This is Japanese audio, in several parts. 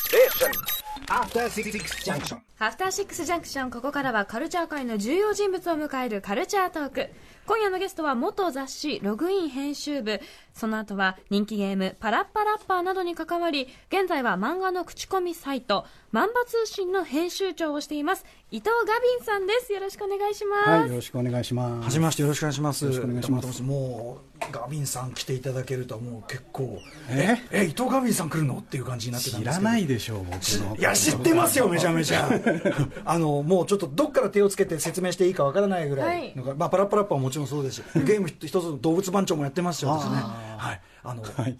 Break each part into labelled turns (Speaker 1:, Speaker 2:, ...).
Speaker 1: Station.
Speaker 2: After Six Junction.
Speaker 3: アフターシックスジャンクションここからはカルチャー界の重要人物を迎えるカルチャートーク今夜のゲストは元雑誌ログイン編集部その後は人気ゲームパラッパラッパーなどに関わり現在は漫画の口コミサイトマンバ通信の編集長をしています伊藤ガビンさんですよろしくお願いします、
Speaker 4: はい、よろしくお願いしま
Speaker 5: は
Speaker 4: す。
Speaker 5: じめましてよろしくお願いします。
Speaker 4: よろしくお願いします
Speaker 5: 山本ですもうガビンさん来ていただけるともう結構
Speaker 4: え
Speaker 5: え伊藤ガビンさん来るのっていう感じになってたん
Speaker 4: 知
Speaker 5: です
Speaker 4: ら
Speaker 5: けど。
Speaker 4: ないでしょう、僕の。
Speaker 5: いや知ってますよめちゃめち ゃあのもうちょっとどっから手をつけて説明していいかわからないぐらいのが、まあ、パラッパラッパはもちろんそうですし ゲーム一つの動物番長もやってますし私ねはいあの、はい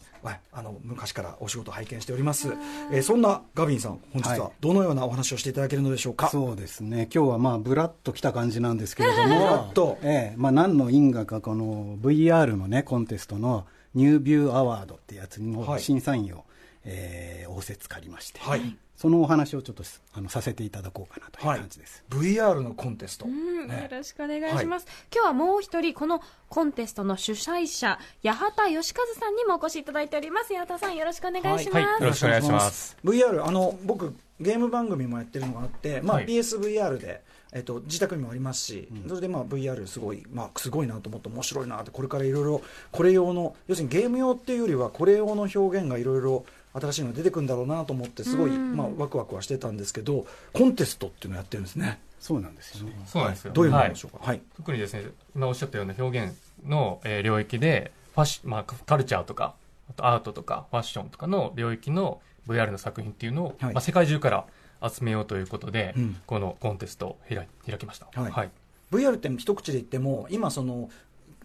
Speaker 5: あの昔からお仕事拝見しております、えーそんなガビンさん本日ははいどのようなお話をしていただけるのでしょうか、
Speaker 4: そうですね、今日はまあ、ぶらっと来た感じなんですけれ ども、
Speaker 5: ぶらっと
Speaker 4: ええまあ、何の因果か、この VR のね、コンテストのニュービューアワードってやつ
Speaker 5: は
Speaker 4: の
Speaker 5: い
Speaker 4: 審査員を、ええ仰せつかりまして、
Speaker 5: はい
Speaker 4: そのお話をちょっとすあのさせていただこうかなという感じです。
Speaker 5: VR のコンテスト、
Speaker 3: うん
Speaker 5: ね
Speaker 3: よろしくお願いします、今日はもう一人このコンテストの主催者八幡義和さんにもお越しいただいております八幡さんよろしくお願いします、
Speaker 6: はいよろしくお願いします。
Speaker 5: VR あの僕ゲーム番組もやってるのがあって、まあ
Speaker 6: はい
Speaker 5: PSVR で、えっと、自宅にもありますし、それでまあ VR すごい、まあ、すごいなと思って面白いなってこれからいろいろこれ用の要するにゲーム用っていうよりはこれ用の表現がいろいろ新しいの出てくるんだろうなと思ってすごい、まあ、ワクワクはしてたんですけどコンテストっていうのやってるんですね
Speaker 4: そうなんですよね。
Speaker 6: そうなんですよ。
Speaker 5: どういうもの
Speaker 6: は
Speaker 5: でしょうかはい、
Speaker 6: 特にですね、今おっしゃったような表現の、えー領域で、ファッシまあ、カカルチャーとか、あとアートとか、ファッションとかの領域の VR の作品っていうのを、
Speaker 5: はい
Speaker 6: まあ、世界中から集めようということで、
Speaker 5: うん
Speaker 6: このコンテストを開開きました。
Speaker 5: はい VR って一口で言っても今その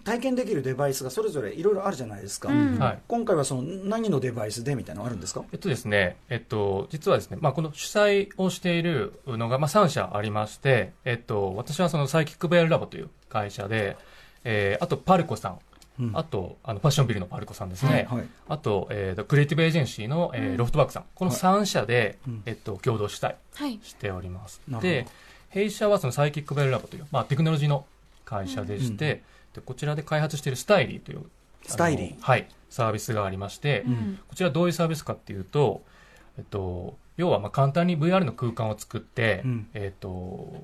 Speaker 5: 体験できるデバイスがそれぞれいろいろあるじゃないですか、
Speaker 3: うん
Speaker 6: はい
Speaker 5: 今回はその何のデバイスでみたいなのあるんですか
Speaker 6: えっとですね、えっと、実はですね、まあ、この主催をしているのが、まあ、3社ありまして、えっと、私はそのサイキック VR ラボという会社で、えーあと、パルコさん、
Speaker 5: うん
Speaker 6: あと、あの、ファッションビルのパルコさんですね。
Speaker 5: はい
Speaker 6: あと、えーと、クリエイティブエージェンシーの、えーロフトバークさん。この3社で、
Speaker 5: うん
Speaker 6: えっと、共同主体
Speaker 3: はい
Speaker 6: しております。
Speaker 5: なるほど
Speaker 6: で、弊社はそのサイキックベルラボという、まあ、テクノロジーの会社でして、
Speaker 5: うん
Speaker 6: でこちらで開発しているスタイリーという、
Speaker 5: スタイリー
Speaker 6: あのはい、サービスがありまして、
Speaker 3: うん
Speaker 6: こちらどういうサービスかっていうと、えっと、要はまあ簡単に VR の空間を作って、
Speaker 5: うん
Speaker 6: えっと、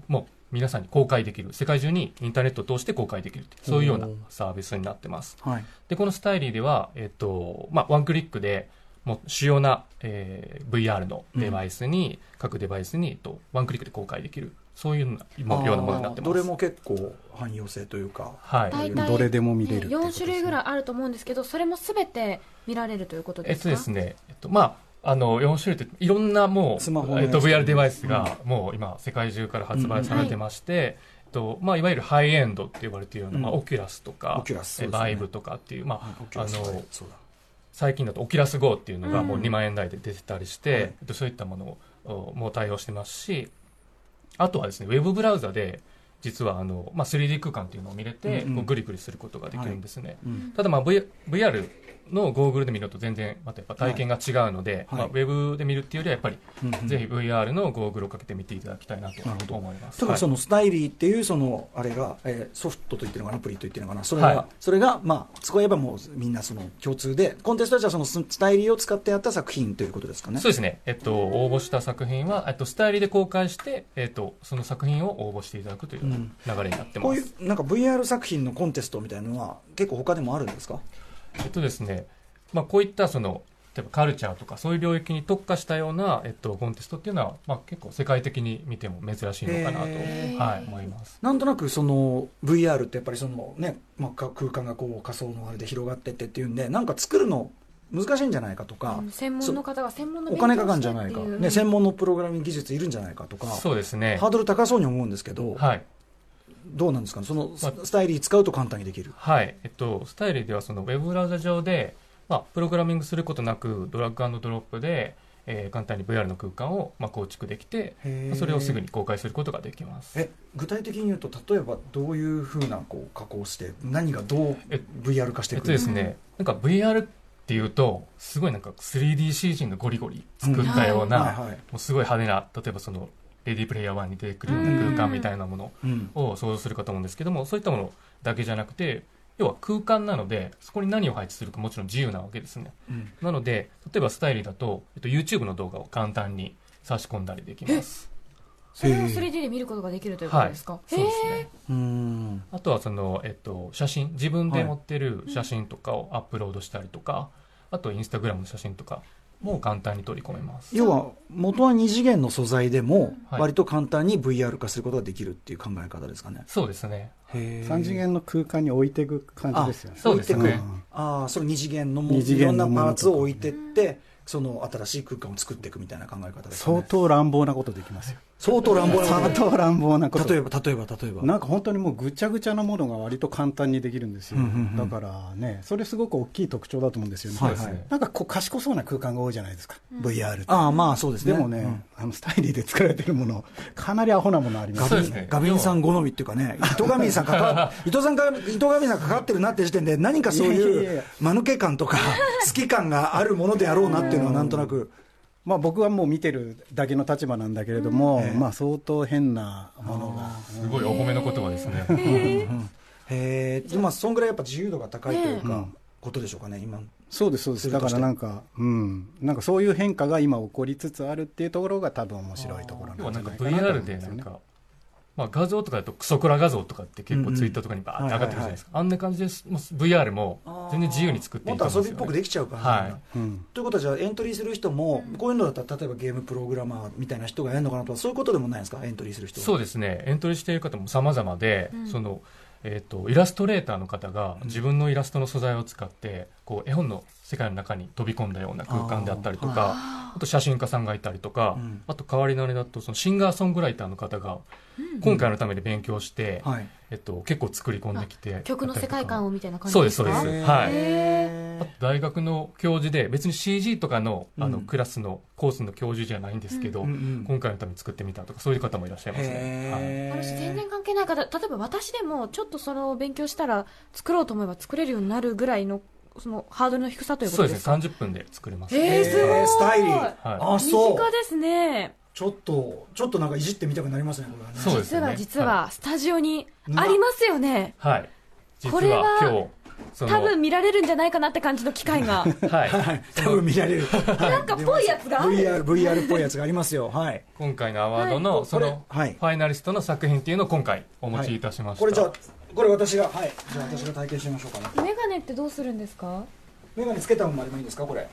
Speaker 6: もう皆さんに公開できる、世界中にインターネットを通して公開できるっていう、そういうようなサービスになってます。
Speaker 5: はい
Speaker 6: で、このスタイリーでは、えっと、まあ、ワンクリックで、もう主要な、えー VR のデバイスに、各デバイスに、えっと、ワンクリックで公開できる、そういうようなようなものになってま
Speaker 5: ど
Speaker 6: す。
Speaker 5: れも結構汎用性というか
Speaker 6: はい。
Speaker 3: 大体
Speaker 4: どれでも見れるってこ
Speaker 3: 4
Speaker 4: とですね
Speaker 3: 種類ぐらいあると思うんですけどそれも全て見られるということで
Speaker 6: えっ
Speaker 3: す
Speaker 6: と
Speaker 3: か、
Speaker 6: ですね、えっと、まあ、あの、4種類って、いろんなもう、
Speaker 5: スマホのやつ
Speaker 6: えっと、VR デバイスが、もう今、世界中から発売されてまして、えっと、まあ、いわゆるハイエンドって呼ばれているような、
Speaker 5: うん
Speaker 6: まあ、オキュラスとか、
Speaker 5: オキュラス
Speaker 6: え
Speaker 5: そうですね
Speaker 6: バイブとかっていう、ま
Speaker 5: はい
Speaker 6: あ、あ
Speaker 5: Oculus
Speaker 6: の、
Speaker 5: そうだ
Speaker 6: 最近だとオキュラス GO っていうのがもう
Speaker 3: うん
Speaker 6: 2万円台で出てたりして、
Speaker 5: はい
Speaker 6: えっとそういったものをおもう対応してますしあとはですねウェブブラウザで実はあの、まあ、3D 空間っていうのを見れて、
Speaker 5: うんうん
Speaker 6: こうグリグリすることができるんですね、
Speaker 5: うん
Speaker 6: ただまあ、v、VR のゴーグルで見ると全然またやっぱ体験が違うので、
Speaker 5: はい
Speaker 6: まあ、ウェブで見るっていうよりはやっぱり、
Speaker 5: うんうん
Speaker 6: ぜひ VR のゴーグルをかけて見ていただきたいなと
Speaker 5: なるほど
Speaker 6: 思います
Speaker 5: ただそ
Speaker 6: はい
Speaker 5: のスタイリーっていうそのあれが、えーソフトと言ってるのかなアプリと言ってるのかなそれが、
Speaker 6: はい
Speaker 5: それがまあそこは言えばもうみんなその共通でコンテストはじゃあそのススタイリーを使ってやった作品ということですかね
Speaker 6: そうですね、えっと、応募した作品は、えっと、スタイリーで公開して、えっと、その作品を応募していただくというような流れになってます、
Speaker 5: こういうなんか VR 作品のコンテストみたいなのは結構他でもあるんですか
Speaker 6: えっとですね、まあ、こういったその例えばカルチャーとかそういう領域に特化したような、えっと、コンテストっていうのは、まあ、結構世界的に見ても珍しいのかなと、
Speaker 5: へ
Speaker 6: はい、思います。
Speaker 5: なんとなくその VR ってやっぱりそのね、まあ、か空間がこう仮想のあれで広がってってっていうんでなんか作るの難しいんじゃないかとか、
Speaker 3: うん専門の方が専門の
Speaker 5: お
Speaker 3: 勉
Speaker 5: 金
Speaker 3: 強
Speaker 5: か
Speaker 3: を
Speaker 5: かる
Speaker 3: して
Speaker 5: んじゃ
Speaker 3: って
Speaker 5: ない
Speaker 3: い
Speaker 5: か、
Speaker 3: う
Speaker 5: ね、専門のプログラミング技術いるんじゃないかとか
Speaker 6: そうですね
Speaker 5: ハードル高そうに思うんですけど、
Speaker 6: はい
Speaker 5: どうなんですかねそのス
Speaker 6: まあ
Speaker 5: スタイリー使うと簡単にできる、
Speaker 6: はい、えっと、スタイリーではそのウェブブラウザ上で、まあ、プログラミングすることなくドラッグドロップで、えー簡単に VR の空間を、まあ、構築できて
Speaker 5: へー
Speaker 6: それをすぐに公開することができます。
Speaker 5: え具体的に言うと例えばどういうふうなこう加工して何がどう
Speaker 6: え
Speaker 5: VR 化して
Speaker 6: えっ
Speaker 5: く
Speaker 6: と
Speaker 5: る
Speaker 6: ですね、なんか VR っていうとすごいなんか 3DCG がゴリゴリ作ったような、
Speaker 5: はいはい
Speaker 6: もうすごい派手な例えばそのレディープレイヤー1に出てくるような空間みたいなもの
Speaker 5: うん
Speaker 6: を想像するかと思うんですけどもそういったものだけじゃなくて要は空間なので、そこに何を配置するかもちろん自由なわけですね。なので、例えばスタイリーだと、えっと、YouTube の動画を簡単に差し込んだりできます。
Speaker 3: それを 3D で見ることができるということですか、
Speaker 6: そうです
Speaker 3: へー
Speaker 6: ね。
Speaker 4: うん
Speaker 6: あとはその、えっと、写真、自分で持ってる写真とかをアップロードしたりとか、あとインスタグラムの写真とかも簡単に取り込めます。
Speaker 5: 要は元は2次元の素材でも
Speaker 6: はい
Speaker 5: 割と簡単に VR 化することができるっていう考え方ですかね、
Speaker 6: そうですね。
Speaker 4: 3次元の空間に置いていく感じですよね。
Speaker 6: そうです
Speaker 5: 置いて
Speaker 6: ね
Speaker 5: く。ああその2次元のも
Speaker 4: 二次
Speaker 5: いろん
Speaker 4: 元
Speaker 5: な
Speaker 4: のもの
Speaker 5: パーツを
Speaker 4: とか
Speaker 5: 置いてってその新しい空間を作っていくみたいな考え方ですか
Speaker 4: 相
Speaker 5: ね
Speaker 4: 当乱暴なことできます よ。
Speaker 5: 相当乱暴な
Speaker 4: 相当乱暴なこと。
Speaker 5: 例えば例えば例えば
Speaker 4: なんか本当にもうぐちゃぐちゃなものが割と簡単にできるんですよ、
Speaker 5: うんうんうん
Speaker 4: だからね、それすごく大きい特徴だと思うんですよね、
Speaker 6: そうですね
Speaker 4: なんかこう賢そうな空間が多いじゃないですか、VR って。
Speaker 5: ああまあそうですね
Speaker 4: でもね、
Speaker 5: うん
Speaker 4: あのスタイリーで作られてるもの、かなりアホなものあります
Speaker 6: そうですね
Speaker 5: ガビンさん好みっていうかね、糸上さんか か、糸さんが、糸上さんかかってるなって時点で、何かそ
Speaker 4: い
Speaker 5: う
Speaker 4: やいやい
Speaker 5: いう
Speaker 4: や、
Speaker 5: 間抜け感と か、好き感があるものであろうなっていうのは、なんとなく、
Speaker 4: まあ、僕はもう見てるだけの立場なんだけれども、
Speaker 5: ええ
Speaker 4: まあ、相当変なものが、
Speaker 6: すごいお褒めの言葉ですね。
Speaker 5: へえ、まあ、そんぐらいやっぱ自由度が高いという
Speaker 4: う
Speaker 5: か
Speaker 4: ん、
Speaker 5: ことでしょうかね、今。
Speaker 4: そうです、そうです、だからなんか、うん、なんかそういう変化が今、起こりつつあるっていうところが、多分面白いところ
Speaker 6: 要は
Speaker 4: な
Speaker 6: なん
Speaker 4: ん
Speaker 6: か
Speaker 4: じゃないかなと思
Speaker 6: VR
Speaker 4: うん
Speaker 6: です
Speaker 4: よ
Speaker 6: なん
Speaker 4: ね
Speaker 6: か、まあ、画像とかだとクソクラ画像とかって結構ツイッターとかにバーって上がってくるじゃないですか、あんな感じですもう VR も全然自由に作って
Speaker 5: も
Speaker 6: い
Speaker 5: っ
Speaker 6: いと
Speaker 5: と
Speaker 6: 思う
Speaker 5: 遊びっ
Speaker 6: んですよ、
Speaker 5: ぽく
Speaker 6: ね、
Speaker 5: できちゃうから、
Speaker 6: は
Speaker 4: うん
Speaker 5: ということは、じゃあ、エントリーする人も、こういうのだったら、例えばゲームプログラマーみたいな人がやるのかなとか、そういうことでもないんですか、エントリーする人は。
Speaker 6: そうですねエントリーしている方も様々で、
Speaker 3: うん
Speaker 6: そのえー、とイラストレーターの方が自分のイラストの素材を使ってこう絵本の世界の中に飛び込んだような空間であったりとかあと写真家さんがいたりとか、
Speaker 5: うん
Speaker 6: あと代わりのあれだとそのシンガーソングライターの方が今回のために勉強して、
Speaker 5: はい。
Speaker 6: えっと、結構作り込んできて
Speaker 3: 曲の世界観
Speaker 6: を
Speaker 3: をみたいな感じ
Speaker 6: そう
Speaker 3: で
Speaker 6: です
Speaker 3: す
Speaker 6: そう
Speaker 3: か
Speaker 6: です
Speaker 5: へー
Speaker 6: はい
Speaker 3: へ
Speaker 6: あと大学の教授で別に CG とかのあの
Speaker 5: うん
Speaker 6: クラスのコースの教授じゃないんですけど、
Speaker 5: うんうん
Speaker 6: 今回のために作ってみたとかそういう方もいらっしゃいますね、はい
Speaker 5: へ
Speaker 3: あ
Speaker 5: ー
Speaker 3: の人全然関係ない方例えば私でもちょっとその勉強したら作ろうと思えば作れるようになるぐらいのそのハードルの低さというこ
Speaker 6: そう
Speaker 3: と
Speaker 6: で
Speaker 3: です
Speaker 6: すね
Speaker 3: か
Speaker 6: 30分で作れます、
Speaker 3: えーすごい
Speaker 5: へースタイリー。
Speaker 6: は
Speaker 5: あ、そう。
Speaker 3: 身近ですね
Speaker 5: ちょっと、ちょっとなんかいじってみたくなりますね、これはね。
Speaker 6: そうです
Speaker 3: 実
Speaker 6: よ
Speaker 3: は
Speaker 6: ね
Speaker 3: 実はスタジオにありますよね
Speaker 6: はい実
Speaker 3: これ
Speaker 6: は今
Speaker 3: は
Speaker 6: 日その
Speaker 3: 多分見られるんじゃないかなって感じの機会が
Speaker 6: はい
Speaker 5: はい、多分見られ る。
Speaker 3: なんかぽいやつが
Speaker 5: VR、VR っぽいやつがありますよ。はい。
Speaker 6: 今回のアワードの、
Speaker 5: はい
Speaker 6: その、
Speaker 5: これはい
Speaker 6: ファイナリストの作品っていうのを今回お持ちいたしました、
Speaker 5: これじゃあ、これ私が、はい。じゃあ私が体験してみましょうかね。
Speaker 3: メガネってどうするんですか
Speaker 5: メガネつけたままでもいいですか、これ。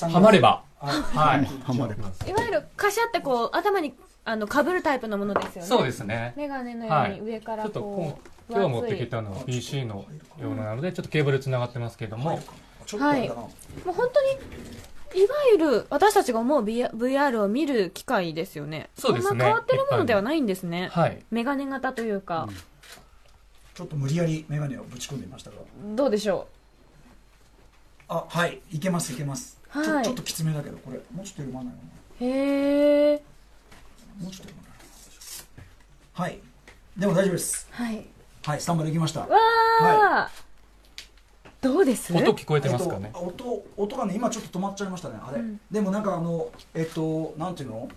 Speaker 6: はまれ。ば
Speaker 5: は
Speaker 6: はい
Speaker 4: はまれば
Speaker 3: いわゆるカシャってこう頭にあの被るタイプのものですよね
Speaker 6: そうですね
Speaker 3: メガネのよ
Speaker 6: は
Speaker 3: う
Speaker 6: い
Speaker 3: に上から
Speaker 6: ちょっと
Speaker 3: こ
Speaker 6: こ
Speaker 3: う
Speaker 6: う今日持ってき
Speaker 3: 分厚い
Speaker 6: たのは PC のようなのでちょっとケーブルつながってますけども、
Speaker 5: い。ちょっとあれだな。
Speaker 3: もう本当にいわゆる私たちが思う VR VR を見る機会ですよね
Speaker 6: そうですね
Speaker 3: そんな変わってるものではないんですね、
Speaker 6: はい
Speaker 3: メガネ型というか、
Speaker 5: ちょっと無理やりメガネをぶち込んでみましたが。
Speaker 3: どうでしょ
Speaker 5: あ、はい。いけます、いけます。ちょ
Speaker 3: はい
Speaker 5: ちょっときつめだけど、これ。もうちょっと緩まないよな。
Speaker 3: うへえ
Speaker 5: もうちょっと緩まない。はい。でも大丈夫です。
Speaker 3: はい
Speaker 5: はい、スタンバイできました。
Speaker 3: わあ、どうです
Speaker 6: 音聞こえてますかね
Speaker 5: えっ、と、音音がね今ちょっと止まっちゃいましたねあれ、
Speaker 3: うん
Speaker 5: でもなんかあのえっとなんていうの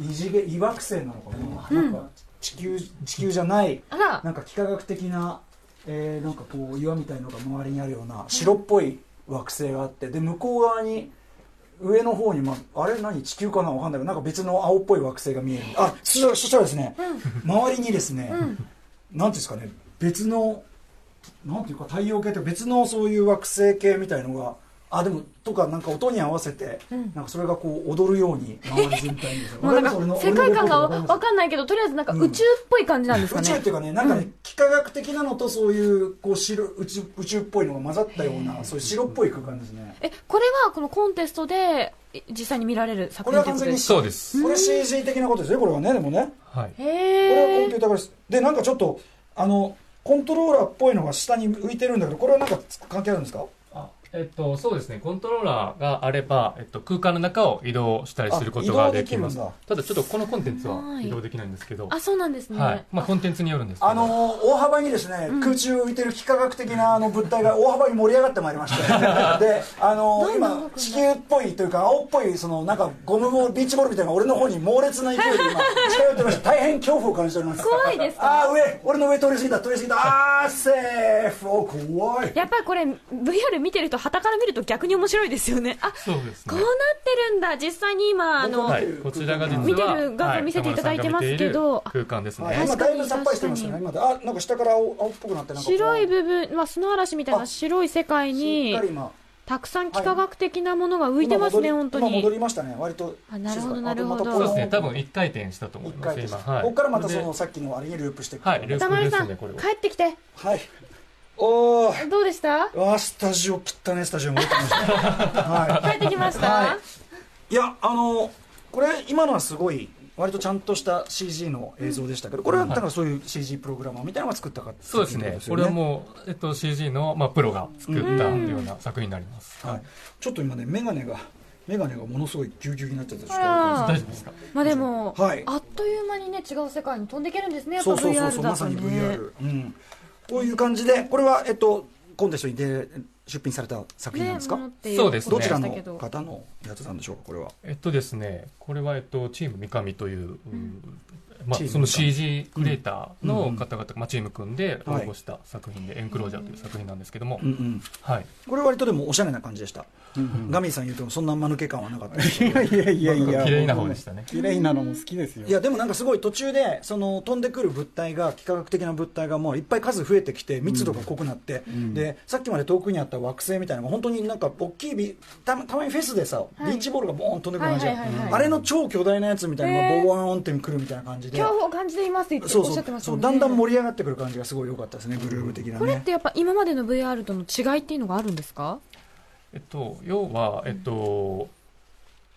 Speaker 5: 異次元異惑星なのかな,、なんか地球地球じゃない
Speaker 3: あら
Speaker 5: なんか幾何学的な、えーなんかこう岩みたいのが周りにあるような白っぽい惑星があってで向こう側に上の方に、まあ、あれ何地球かなわかんないけどなんか別の青っぽい惑星が見えるあそしたらそしたらですね、周りにですね、なんていうんですかね別のなんていうか太陽系って別のそういう惑星系みたいのがあでもとかなんか音に合わせて、なんかそれがこう踊るように周り全体に
Speaker 3: もうなんか
Speaker 5: わります
Speaker 3: 世界観が
Speaker 5: 俺の言うことわかります
Speaker 3: わかんないけどとりあえずなんか
Speaker 5: うん
Speaker 3: 宇宙っぽい感じなんですか
Speaker 5: 宇
Speaker 3: ね、
Speaker 5: 宙っていうかねなんかね、幾何学的なのとそういうこう白宇宙宇宙っぽいのが混ざったようなそういう白っぽい空間ですね
Speaker 3: えこれはこのコンテストでい実際に見られる作
Speaker 5: これ
Speaker 3: 品
Speaker 5: は
Speaker 3: ということ
Speaker 5: 完全
Speaker 3: で
Speaker 5: に
Speaker 3: す
Speaker 6: そうです
Speaker 5: これ CG 的なことですねこれはねでもね
Speaker 6: はい
Speaker 5: これは
Speaker 3: へ
Speaker 5: コンピューターからですでなんかちょっとあのコントローラーっぽいのが下に浮いてるんだけどこれはなんか関係あるんですか
Speaker 6: あええっと、そうですね、コントローラーがあれば、えっと、空間の中を移動したりすること
Speaker 5: あ移
Speaker 6: が
Speaker 5: 動で
Speaker 6: で
Speaker 5: き
Speaker 6: き
Speaker 5: るんだ
Speaker 6: ます。ただ、ちょっとこのコンテンツ
Speaker 3: は
Speaker 6: はい移動できないんですけど、
Speaker 3: あ、そうなんですね。
Speaker 6: はい。まあ、コンテンツによるんですけど。
Speaker 5: あのー大幅にですね、空中を浮いてる幾何学的なあの物体が大幅に盛り上がってまいりまして で、あの
Speaker 3: どんどん
Speaker 5: ー
Speaker 3: 動くん
Speaker 5: 今
Speaker 3: だ
Speaker 5: 地球っぽいというか青っぽいそのなんかゴムボールビーチボールみたいなのが俺の方に猛烈な勢いで 今近寄ってまして大変恐怖を感じております
Speaker 3: 怖いですか
Speaker 5: ああ上俺の上通り過ぎた通り過ぎたあーセーフお怖い
Speaker 3: やっぱりこれ VR 見てると旗から見ると逆に面白いですよねあ
Speaker 6: そうですね
Speaker 3: こうなってるんだ実際に今あの、
Speaker 6: はい、こちらが実は
Speaker 3: 見てる画像
Speaker 6: はい
Speaker 3: 見せていただいてますけど
Speaker 6: 田村さんが見ている空間ですね。
Speaker 5: は、
Speaker 6: はいい
Speaker 5: 今だいぶさっぱりしてますよね今であなんか下から青青っぽくなってなんかこう
Speaker 3: 白い部分、まあ、砂嵐みたいな白い世界
Speaker 5: し
Speaker 3: に
Speaker 5: っかり今
Speaker 3: たくさん幾何学的なものが浮いてますね
Speaker 5: 今
Speaker 3: 本当
Speaker 5: 戻り今
Speaker 3: に
Speaker 5: 戻りましたね割と
Speaker 3: あなるほどなるほど
Speaker 5: 静か
Speaker 6: そ
Speaker 5: に
Speaker 6: うですね、
Speaker 5: あ
Speaker 6: 多分一回転したと思い
Speaker 5: 一
Speaker 6: ま
Speaker 5: 回
Speaker 6: す、
Speaker 5: です
Speaker 6: 今。
Speaker 5: ね
Speaker 6: はい。
Speaker 5: ここからまたその
Speaker 6: で
Speaker 5: さっきのあれにループしていく
Speaker 6: はい、ル
Speaker 3: 田
Speaker 6: ープ
Speaker 3: 丸
Speaker 6: です
Speaker 3: さん
Speaker 6: ね、
Speaker 3: 帰
Speaker 6: これは。
Speaker 3: ってきて
Speaker 5: はいおお
Speaker 3: どうでした
Speaker 5: わあスタジオ汚ねスタジオ持ってました は
Speaker 3: 帰ってきました、
Speaker 5: はいいいやあのこれ今のはすごい割とちゃんとした CG の映像でしたけど、これはだからそういう CG プログラマーみたいなのが作ったか
Speaker 6: そうですね、これはもう、えっと、CG の、まあ、プロが作ったような作品になります。
Speaker 5: う、はい、ちょっと今ね眼鏡が眼鏡がものすごいぎゅうぎゅうになっちゃってちょっと
Speaker 3: あ
Speaker 6: 大
Speaker 3: ら
Speaker 6: 丈夫ですか
Speaker 3: まあでも、
Speaker 5: はい
Speaker 3: あっという間にね違う世界に飛んでいけるんですねやっぱ
Speaker 5: そうそうそう
Speaker 3: VR
Speaker 5: そ
Speaker 3: だ
Speaker 5: うま
Speaker 3: と
Speaker 5: さに
Speaker 3: ね
Speaker 5: VR、うん、こういう感じでこれは、えっと、コンテストに出出品された作品なん
Speaker 3: ね
Speaker 5: ですか、
Speaker 3: ものってい
Speaker 6: そうですね
Speaker 5: どちらの
Speaker 3: ことでしたけど
Speaker 5: 方のやつなんでしょうかこれは
Speaker 6: えっとですね、これは、えっと、チーム三上という、ま
Speaker 5: チーム三上
Speaker 6: あ、その CG クリエイターの方々、まあ、チーム組んで応
Speaker 5: はい
Speaker 6: 募した作品で、エンクロージャーという作品なんですけども
Speaker 5: うん、うん
Speaker 6: はい。
Speaker 5: これ割とでもおしゃれな感じでした、ガミーさん言うてもそんな間抜け感はなかったです
Speaker 4: いやいやいやいや
Speaker 6: 綺麗な方でしたね
Speaker 4: 綺麗なのも好きですよ
Speaker 5: いやでもなんかすごい途中でその飛んでくる物体が幾何学的な物体がもういっぱい数増えてきて密度が濃くなって、でさっきまで遠くにあった惑星みたいなのが本当になんか大きいビたたまにフェスでさ、ビーチボールがボーン飛んでくる感じ、
Speaker 3: はいはいはいはい
Speaker 5: あれの超巨大なやつみたいなの
Speaker 3: へー
Speaker 5: がボワーンってくるみたいな感じで
Speaker 3: 恐怖を感じていますって言って
Speaker 5: そ
Speaker 3: お
Speaker 5: う
Speaker 3: っし
Speaker 5: そ
Speaker 3: ゃってま
Speaker 5: う
Speaker 3: したも
Speaker 5: そうん
Speaker 3: ね
Speaker 5: だんだん盛り上がってくる感じがすごい良かったですねグルーヴ的な
Speaker 3: これっ
Speaker 5: ね
Speaker 3: てやっぱ今までの VR との違いっていうのがあるんですか
Speaker 6: えっと、要は、えっと、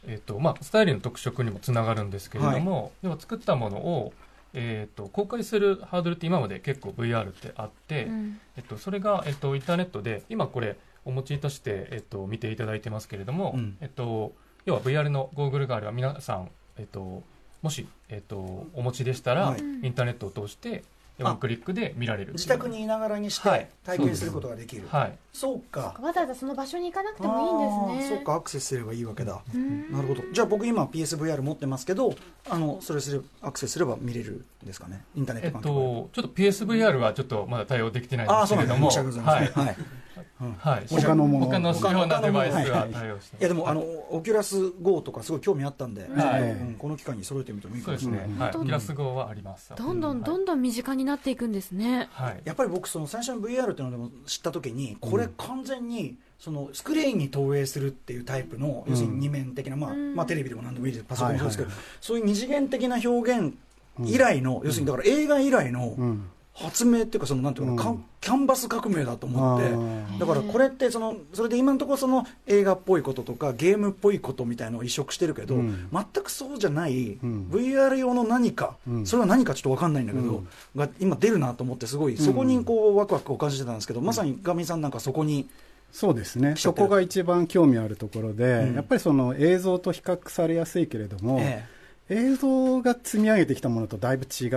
Speaker 6: えっと、まあ、スタイリーの特色にもつながるんですけれども、では作ったものを、えっと、公開するハードルって今まで結構 VR ってあって、
Speaker 3: うん
Speaker 6: えっと、それが、えっと、インターネットで今これお持ちとして、えっと、見ていただいてますけれども、
Speaker 5: うん
Speaker 6: えっと、要は VR のゴーグルがあれば皆さん、えっと、もし、えっと、お持ちでしたら、
Speaker 5: はい
Speaker 6: インターネットを通して
Speaker 5: あ
Speaker 6: ワンクリックで見られる
Speaker 5: 自宅にいながらにして体験することができる、
Speaker 6: はい
Speaker 5: そうか
Speaker 3: わざわざその場所に行かなくてもいいんです
Speaker 5: あー
Speaker 3: ね
Speaker 5: そうかアクセスすればいいわけだ
Speaker 3: うん
Speaker 5: なるほどじゃあ僕今 PSVR 持ってますけどあのそれすれアクセスすれば見れるんですかねインターネ
Speaker 6: え
Speaker 5: ット
Speaker 6: っ
Speaker 5: 環境で、
Speaker 6: と、ちょっと PSVR はちょっとまだ対応できてないん
Speaker 5: あ
Speaker 6: で
Speaker 5: あ
Speaker 6: す
Speaker 5: そう
Speaker 6: け
Speaker 5: な
Speaker 6: れ
Speaker 5: んで
Speaker 6: ど
Speaker 5: す
Speaker 6: も、
Speaker 5: ね申し訳ございません
Speaker 6: はい
Speaker 5: はい
Speaker 6: はい、
Speaker 4: 他のもの
Speaker 6: 他の主要なデバイスは
Speaker 5: はい
Speaker 6: 対応して
Speaker 5: いやでもあのオキュラス GO とかすごい興味あったんで、ちょっと
Speaker 6: はい
Speaker 5: うんこの機会に揃えてみてもいいか
Speaker 6: そう
Speaker 5: も
Speaker 6: で
Speaker 5: しれな
Speaker 6: す
Speaker 5: い
Speaker 6: ね、はい、オキュラス号はあります。
Speaker 3: どんどんどんどん身近になっていくんですね
Speaker 6: はい、
Speaker 5: やっぱり僕その最初の VR っていうのでも知った時にこれ完全にそのスクリーンに投影するっていうタイプの要するに二面的なまあ
Speaker 3: うん
Speaker 5: まあテレビでも何でもいいですパソコンもそうですけどそういう二次元的な表現以来の要するにだから映画以来の
Speaker 4: うん
Speaker 5: 発明っていうかそのなんていうのかな
Speaker 4: うん
Speaker 5: キャンキャンバス革命だと思って
Speaker 4: あー
Speaker 5: だからこれってそのそれで今のところその映画っぽいこととかゲームっぽいことみたいのを移植してるけど、
Speaker 4: うん
Speaker 5: 全くそうじゃない
Speaker 4: うん
Speaker 5: VR 用の何か、
Speaker 4: うん
Speaker 5: それは何かちょっと分かんないんだけど、が今出るなと思ってすごいそこにこうワクワクを感じてたんですけど、まさにガミさんなんかそこに
Speaker 4: そうですね
Speaker 5: 来ちゃ
Speaker 4: そ
Speaker 5: ってる
Speaker 4: こが一番興味あるところで、
Speaker 5: ん
Speaker 4: やっぱりその映像と比較されやすいけれども、
Speaker 5: え
Speaker 4: 映像が積み上げてきたものとだいぶ違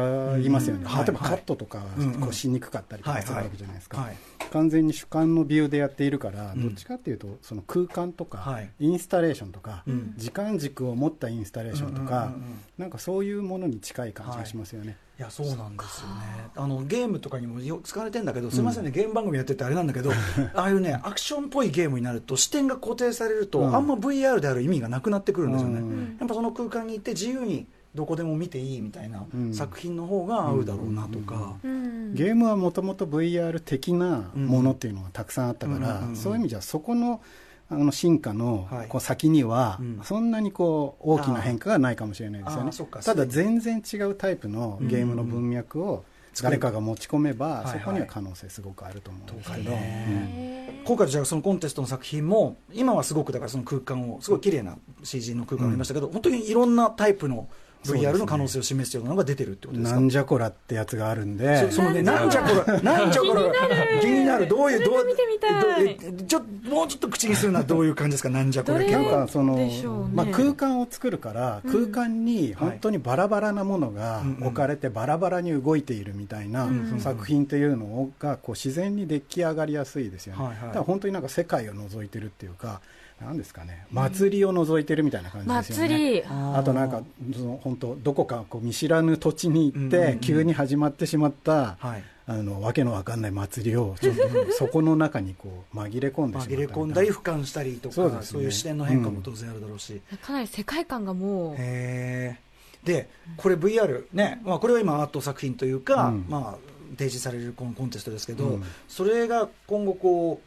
Speaker 4: いますよね、
Speaker 5: うんはい
Speaker 4: 例えばカットとか
Speaker 5: うんうん
Speaker 4: こうしにくかったりと
Speaker 5: は
Speaker 4: か
Speaker 5: い
Speaker 4: するわけじゃないですか、
Speaker 5: はい
Speaker 4: 完全に主観のビューでやっているから、
Speaker 5: ん
Speaker 4: どっちかっていうとその空間とか、
Speaker 5: はい
Speaker 4: インスタレーションとか、
Speaker 5: うん
Speaker 4: 時間軸を持ったインスタレーションと
Speaker 5: う
Speaker 4: か、
Speaker 5: んうんうんうん
Speaker 4: なんかそういうものに近い感じがしますよね、
Speaker 5: いやそうなんですよねあのゲームとかにもよく使われてんだけどすみませんね、ゲーム番組やっててあれなんだけどああいうねアクションっぽいゲームになると視点が固定されると、
Speaker 4: うん
Speaker 5: あんま VR である意味がなくなってくるんですよね、
Speaker 4: うん
Speaker 5: やっぱその空間に行って自由にどこでも見ていいみたいな
Speaker 4: うん
Speaker 5: 作品の方が合うだろうなとか、
Speaker 3: うん
Speaker 4: ゲームはもともと VR 的なものっていうのがたくさんあったから、
Speaker 5: うんうんうん
Speaker 4: そういう意味じゃそこのあの進化の
Speaker 5: はい
Speaker 4: こう先には、
Speaker 5: うん
Speaker 4: そんなにこう大きな変化がないかもしれないですよ
Speaker 5: あー
Speaker 4: ね
Speaker 5: そっか
Speaker 4: ただ全然違うタイプのゲームの文脈を誰かが持ち込めば、
Speaker 5: うん
Speaker 4: そこには可能性すごくあると思うんですけど、
Speaker 5: はいはい
Speaker 4: うん
Speaker 5: 今回じゃあそのコンテストの作品も今はすごくだからその空間をすごい綺麗な CG の空間がありましたけど、本当にいろんなタイプの
Speaker 4: そうですね
Speaker 5: VR の可能性を示すようなのが出てるってことです
Speaker 4: な
Speaker 5: か
Speaker 4: んじゃこらってやつがあるんで
Speaker 5: そ、そのね、なんじゃこれ、なんじゃこれ、気になる、どういう、どう、
Speaker 3: それも見てみたい
Speaker 5: どうえちょっと、もうちょっと口にするのはどういう感じですか、なんじゃこれ
Speaker 3: ど。れ
Speaker 4: なんかその、
Speaker 3: でしょうね
Speaker 4: まあ、空間を作るから、空間に本当にバラバラなものが置かれて、バラバラに動いているみたいな作品というのがこう自然に出来上がりやすいですよね、
Speaker 5: はいはい
Speaker 4: だから本当になんか世界を覗いてるっていうか、なんですかね、祭りを覗いてるみたいな感じですよね。
Speaker 3: 祭り
Speaker 5: あー
Speaker 4: あとなんかその本当どこかこう見知らぬ土地に行っ
Speaker 5: うんうんう
Speaker 4: て
Speaker 5: ん
Speaker 4: 急に始まってしまった、
Speaker 5: はい
Speaker 4: あのわけのわかんない祭りをちょっとそこの中にこう紛れ込んでしまったみた
Speaker 5: 紛れ
Speaker 4: いな
Speaker 5: 込んだり、俯瞰したりとか、
Speaker 4: そ
Speaker 5: そ,、
Speaker 4: ううですね
Speaker 5: いう視点の変化も当然あるだろうし。
Speaker 3: かなり世界観がもう
Speaker 5: へーで、これ VR ね、まあ、これは今アート作品というか、
Speaker 4: うん
Speaker 5: まあ、提示されるこのコンテストですけど、
Speaker 4: うん
Speaker 5: それが今後こ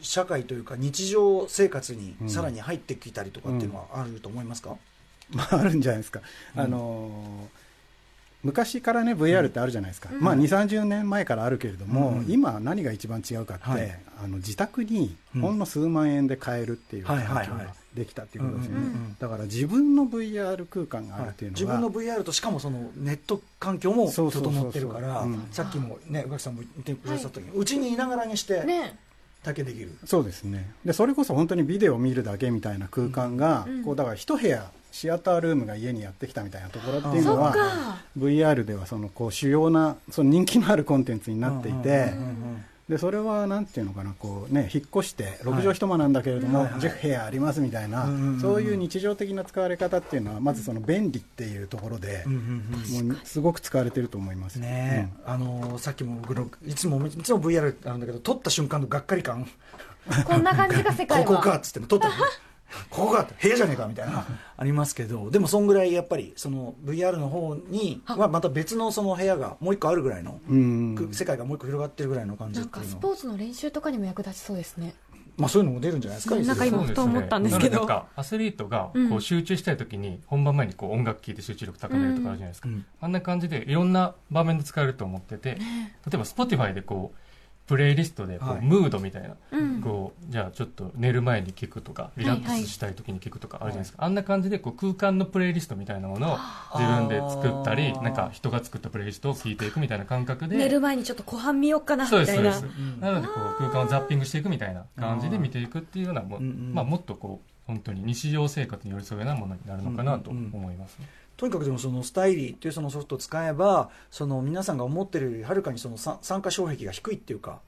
Speaker 5: う、社会というか日常生活に
Speaker 4: うん
Speaker 5: さらに入ってきたりとかっていうのはあると思いますか、
Speaker 4: まあ、あるんじゃないですか、あのー昔からね VR ってあるじゃないですか、まあ、2 3 0年前からあるけれども、
Speaker 5: うん
Speaker 4: 今何が一番違うかって、
Speaker 5: はい
Speaker 4: あの自宅に
Speaker 5: うん
Speaker 4: ほんの数万円で買えるっていう
Speaker 5: はい
Speaker 4: 環
Speaker 5: はいはい
Speaker 4: 境ができたっていうことですよね、
Speaker 5: うんうんうん
Speaker 4: だから自分の VR 空間があるっていう
Speaker 5: 自
Speaker 4: のが、
Speaker 5: 分の VR としかもそのネット環境も整
Speaker 4: そうそうそうそう
Speaker 5: ってるから
Speaker 4: うん
Speaker 5: さっきもね宇垣さんも言ってくださったけどうちにいながらにして
Speaker 3: ね
Speaker 5: 体験できる
Speaker 4: そうですねでそれこそ本当にビデオを見るだけみたいな空間が、
Speaker 3: うん
Speaker 4: こうだから一部屋シアタールームが家にやってきたみたいなところっていうの
Speaker 5: そ
Speaker 3: そっ
Speaker 4: は
Speaker 3: か
Speaker 4: VR ではそのこう主要なその人気のあるコンテンツになっていて、
Speaker 5: うんうんうんうん
Speaker 4: でそれはなんていうのかなこう、ね、引っ越して6畳一間なんだけれども、10部屋ありますみたいな、
Speaker 5: うんうんうん
Speaker 4: そういう日常的な使われ方っていうのはまずその便利っていうところで、もうすごく使われてると思います
Speaker 5: ねえあのーさっきも僕のいつもいつも VR あるんだけど撮った瞬間のがっかり感
Speaker 3: こんな感じが世界
Speaker 5: こ
Speaker 3: は
Speaker 5: こかっつっても撮った ここかって部屋じゃねえかみたいなありますけどでもそんぐらいやっぱりその VR の方にはまた別のその部屋がもう一個あるぐらいの
Speaker 4: うんうん
Speaker 5: く世界がもう一個広がってるぐらいの感じ
Speaker 3: な
Speaker 5: っ
Speaker 3: ん
Speaker 5: て
Speaker 3: か
Speaker 5: いう
Speaker 3: ス
Speaker 5: の
Speaker 3: ポーツの練習とかにも役立ちそうですね
Speaker 5: まあそういうのも出るんじゃないですかいずれ
Speaker 3: なんか今ふと思ったんですけど
Speaker 6: なのなんかアスリートが
Speaker 3: うん
Speaker 6: こう集中したい時に本番前にこう音楽聴いて集中力高めるとかあるじゃないですか、
Speaker 5: うん
Speaker 6: あんな感じでいろんな場面で使えると思ってて例えば Spotify でこうプレイリストでこう、
Speaker 5: はい
Speaker 6: ムードみたいな、
Speaker 3: うん
Speaker 6: こうじゃあちょっと寝る前に聞くとかリラックスしたい時に聞くとかあるじゃないですか、あんな感じでこう空間のプレイリストみたいなものを自分で作ったり
Speaker 5: あー
Speaker 6: なんか人が作ったプレイリストを聞いていくみたいな感覚で
Speaker 3: 寝る前にちょっと湖畔見よっかなみ
Speaker 6: そうです
Speaker 3: た
Speaker 6: そ
Speaker 3: いうな
Speaker 6: です、なのでこう空間をザッピングしていくみたいな感じで見ていくっていうようなも,、
Speaker 5: うんうん
Speaker 6: まあ、もっとこう本当に日常生活に寄り添うようなものになるのかなと思います、ね
Speaker 5: とにかくでもそのスタイリーっていうそのソフトを使えばその皆さんが思ってるよりはるかにそのさ参加障壁が低いっていうか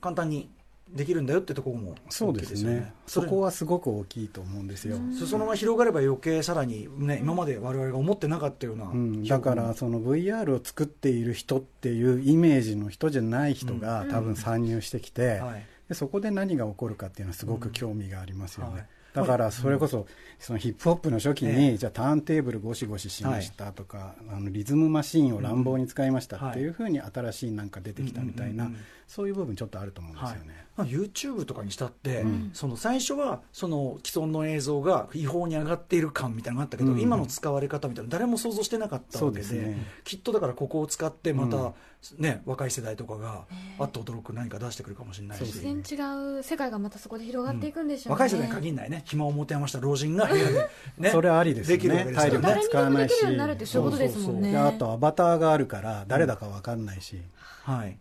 Speaker 5: 簡単にできるんだよってところも
Speaker 4: そうですね
Speaker 5: 大きい
Speaker 4: そ
Speaker 5: れ
Speaker 4: こはすごく大きいと思うんですよ、
Speaker 5: そそのまま広がれば余計さらにね今まで我々が思ってなかったような、
Speaker 4: うん、だからその VR を作っている人っていうイメージの人じゃない人が多分参入してきて、
Speaker 5: はい
Speaker 4: でそこで何が起こるかっていうのはすごく興味がありますよね、
Speaker 5: うんはい
Speaker 4: だからそれこそそのヒップホップの初期に、
Speaker 5: ええ
Speaker 4: じゃあターンテーブルゴシゴシしましたとか、あのリズムマシーンを乱暴に使いましたっていうふうに新しいなんか出てきたみたいな、
Speaker 5: うんうんうんうん
Speaker 4: そういう部分ちょっとあると思うんです
Speaker 5: はい
Speaker 4: よね、
Speaker 5: まあ、YouTube とかにしたって、
Speaker 4: うん
Speaker 5: その最初はその既存の映像が違法に上がっている感みたいなのがあったけど、
Speaker 4: うん
Speaker 5: 今の使われ方みたいなの誰も想像してなかった
Speaker 4: そ
Speaker 5: わ
Speaker 4: う
Speaker 5: け
Speaker 4: で
Speaker 5: です
Speaker 4: ね
Speaker 5: きっとだからここを使ってまた、
Speaker 4: うん
Speaker 5: ね、若い世代とかがあっと驚く何か出してくるかもしれないし。
Speaker 3: 全然違う世界がまたそこで広がっていくんでしょうね
Speaker 5: 若い世代に限らないね暇を持て余した老人が部屋 で、ね、
Speaker 4: それはありですよね
Speaker 5: きるわけですか
Speaker 4: 体
Speaker 5: ら
Speaker 4: 力
Speaker 3: 誰にでもできるようになるって
Speaker 4: 使
Speaker 3: そういう
Speaker 4: わ
Speaker 3: こと
Speaker 4: ないし
Speaker 3: ですもんね
Speaker 4: であとアバターがあるから誰だか分かんないし、
Speaker 5: はい。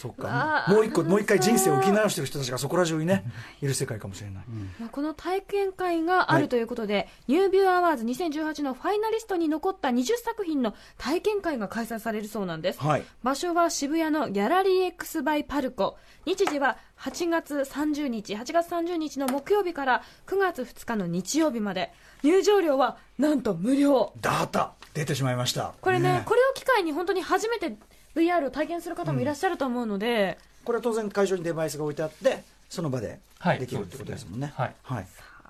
Speaker 5: そっか
Speaker 3: わ。あ
Speaker 5: もう一個、もう一回
Speaker 3: 楽しそ
Speaker 5: 人
Speaker 3: う
Speaker 5: 生を生き直してる人たちがそこら中にね、いる世界かもしれない。
Speaker 3: まあこの体験会があるということで、ニュービューアワーズ2018のファイナリストに残った20作品の体験会が開催されるそうなんです、
Speaker 5: はい。
Speaker 3: 場所は渋谷のギャラリー X バイパルコ日時は8月30日8月30日の木曜日から9月2日の日曜日まで入場料はなんと無料
Speaker 5: ダータ出てしまいました。
Speaker 3: これねこれを機会に本当に初めて VR を体験する方もいらっしゃると思うので、
Speaker 5: これは当然会場にデバイスが置いてあって、その場で
Speaker 6: はい
Speaker 5: できるってことですもんね。
Speaker 6: そうですね
Speaker 5: はい。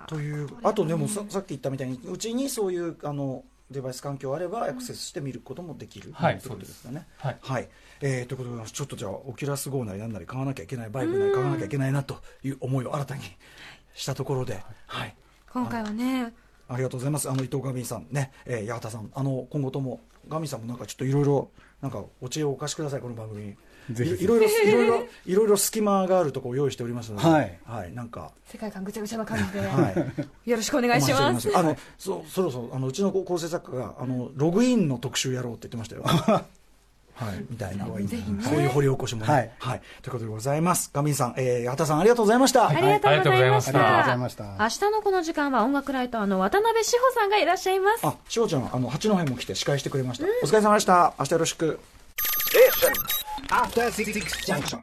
Speaker 5: という、あとでもささっき言ったみたいに、うちにそういう、あの、デバイス環境あればアクセスして見ることもできる、
Speaker 6: はい
Speaker 5: ということですよね。
Speaker 6: はい
Speaker 5: はいえーということで、ちょっとじゃあ、オキュラス号なりなんなり買わなきゃいけない、バイクなり買わなきゃいけないなという思いを新たにしたところで、はい、
Speaker 3: 今回はね
Speaker 5: ありがとうございますあの伊藤ガミさんね、えー、八幡さんあの今後ともガミさんもなんかちょっといろいろなんかお知恵をお貸しくださいこの番組に
Speaker 4: ぜひぜひ
Speaker 5: いろいろいろいろいろいろ隙間があるところを用意しておりますので
Speaker 4: はい
Speaker 5: はい、なんか
Speaker 3: 世界観ぐちゃぐちゃな感じで、
Speaker 5: はい
Speaker 3: よろしく お願いし
Speaker 5: お
Speaker 3: ま
Speaker 5: 待
Speaker 3: す
Speaker 5: ちておりあのそそろそろあのうちの構成作家があのログインの特集やろうって言ってました よ。はい、みたいな、
Speaker 3: ぜひね
Speaker 5: そういう掘り起こしもね、
Speaker 4: はい
Speaker 5: ということでございます。ガミンさん、えー、八幡さんありがとうございました。
Speaker 3: ありがとうございました。
Speaker 4: ありがとうございました
Speaker 3: 明日のこの時間は音楽ライターの渡辺志保さんがいらっしゃいます。
Speaker 5: あ、しおちゃん、あの八戸も来て司会してくれました。お疲れ様でした。明日よろしく。
Speaker 2: After Six Junction.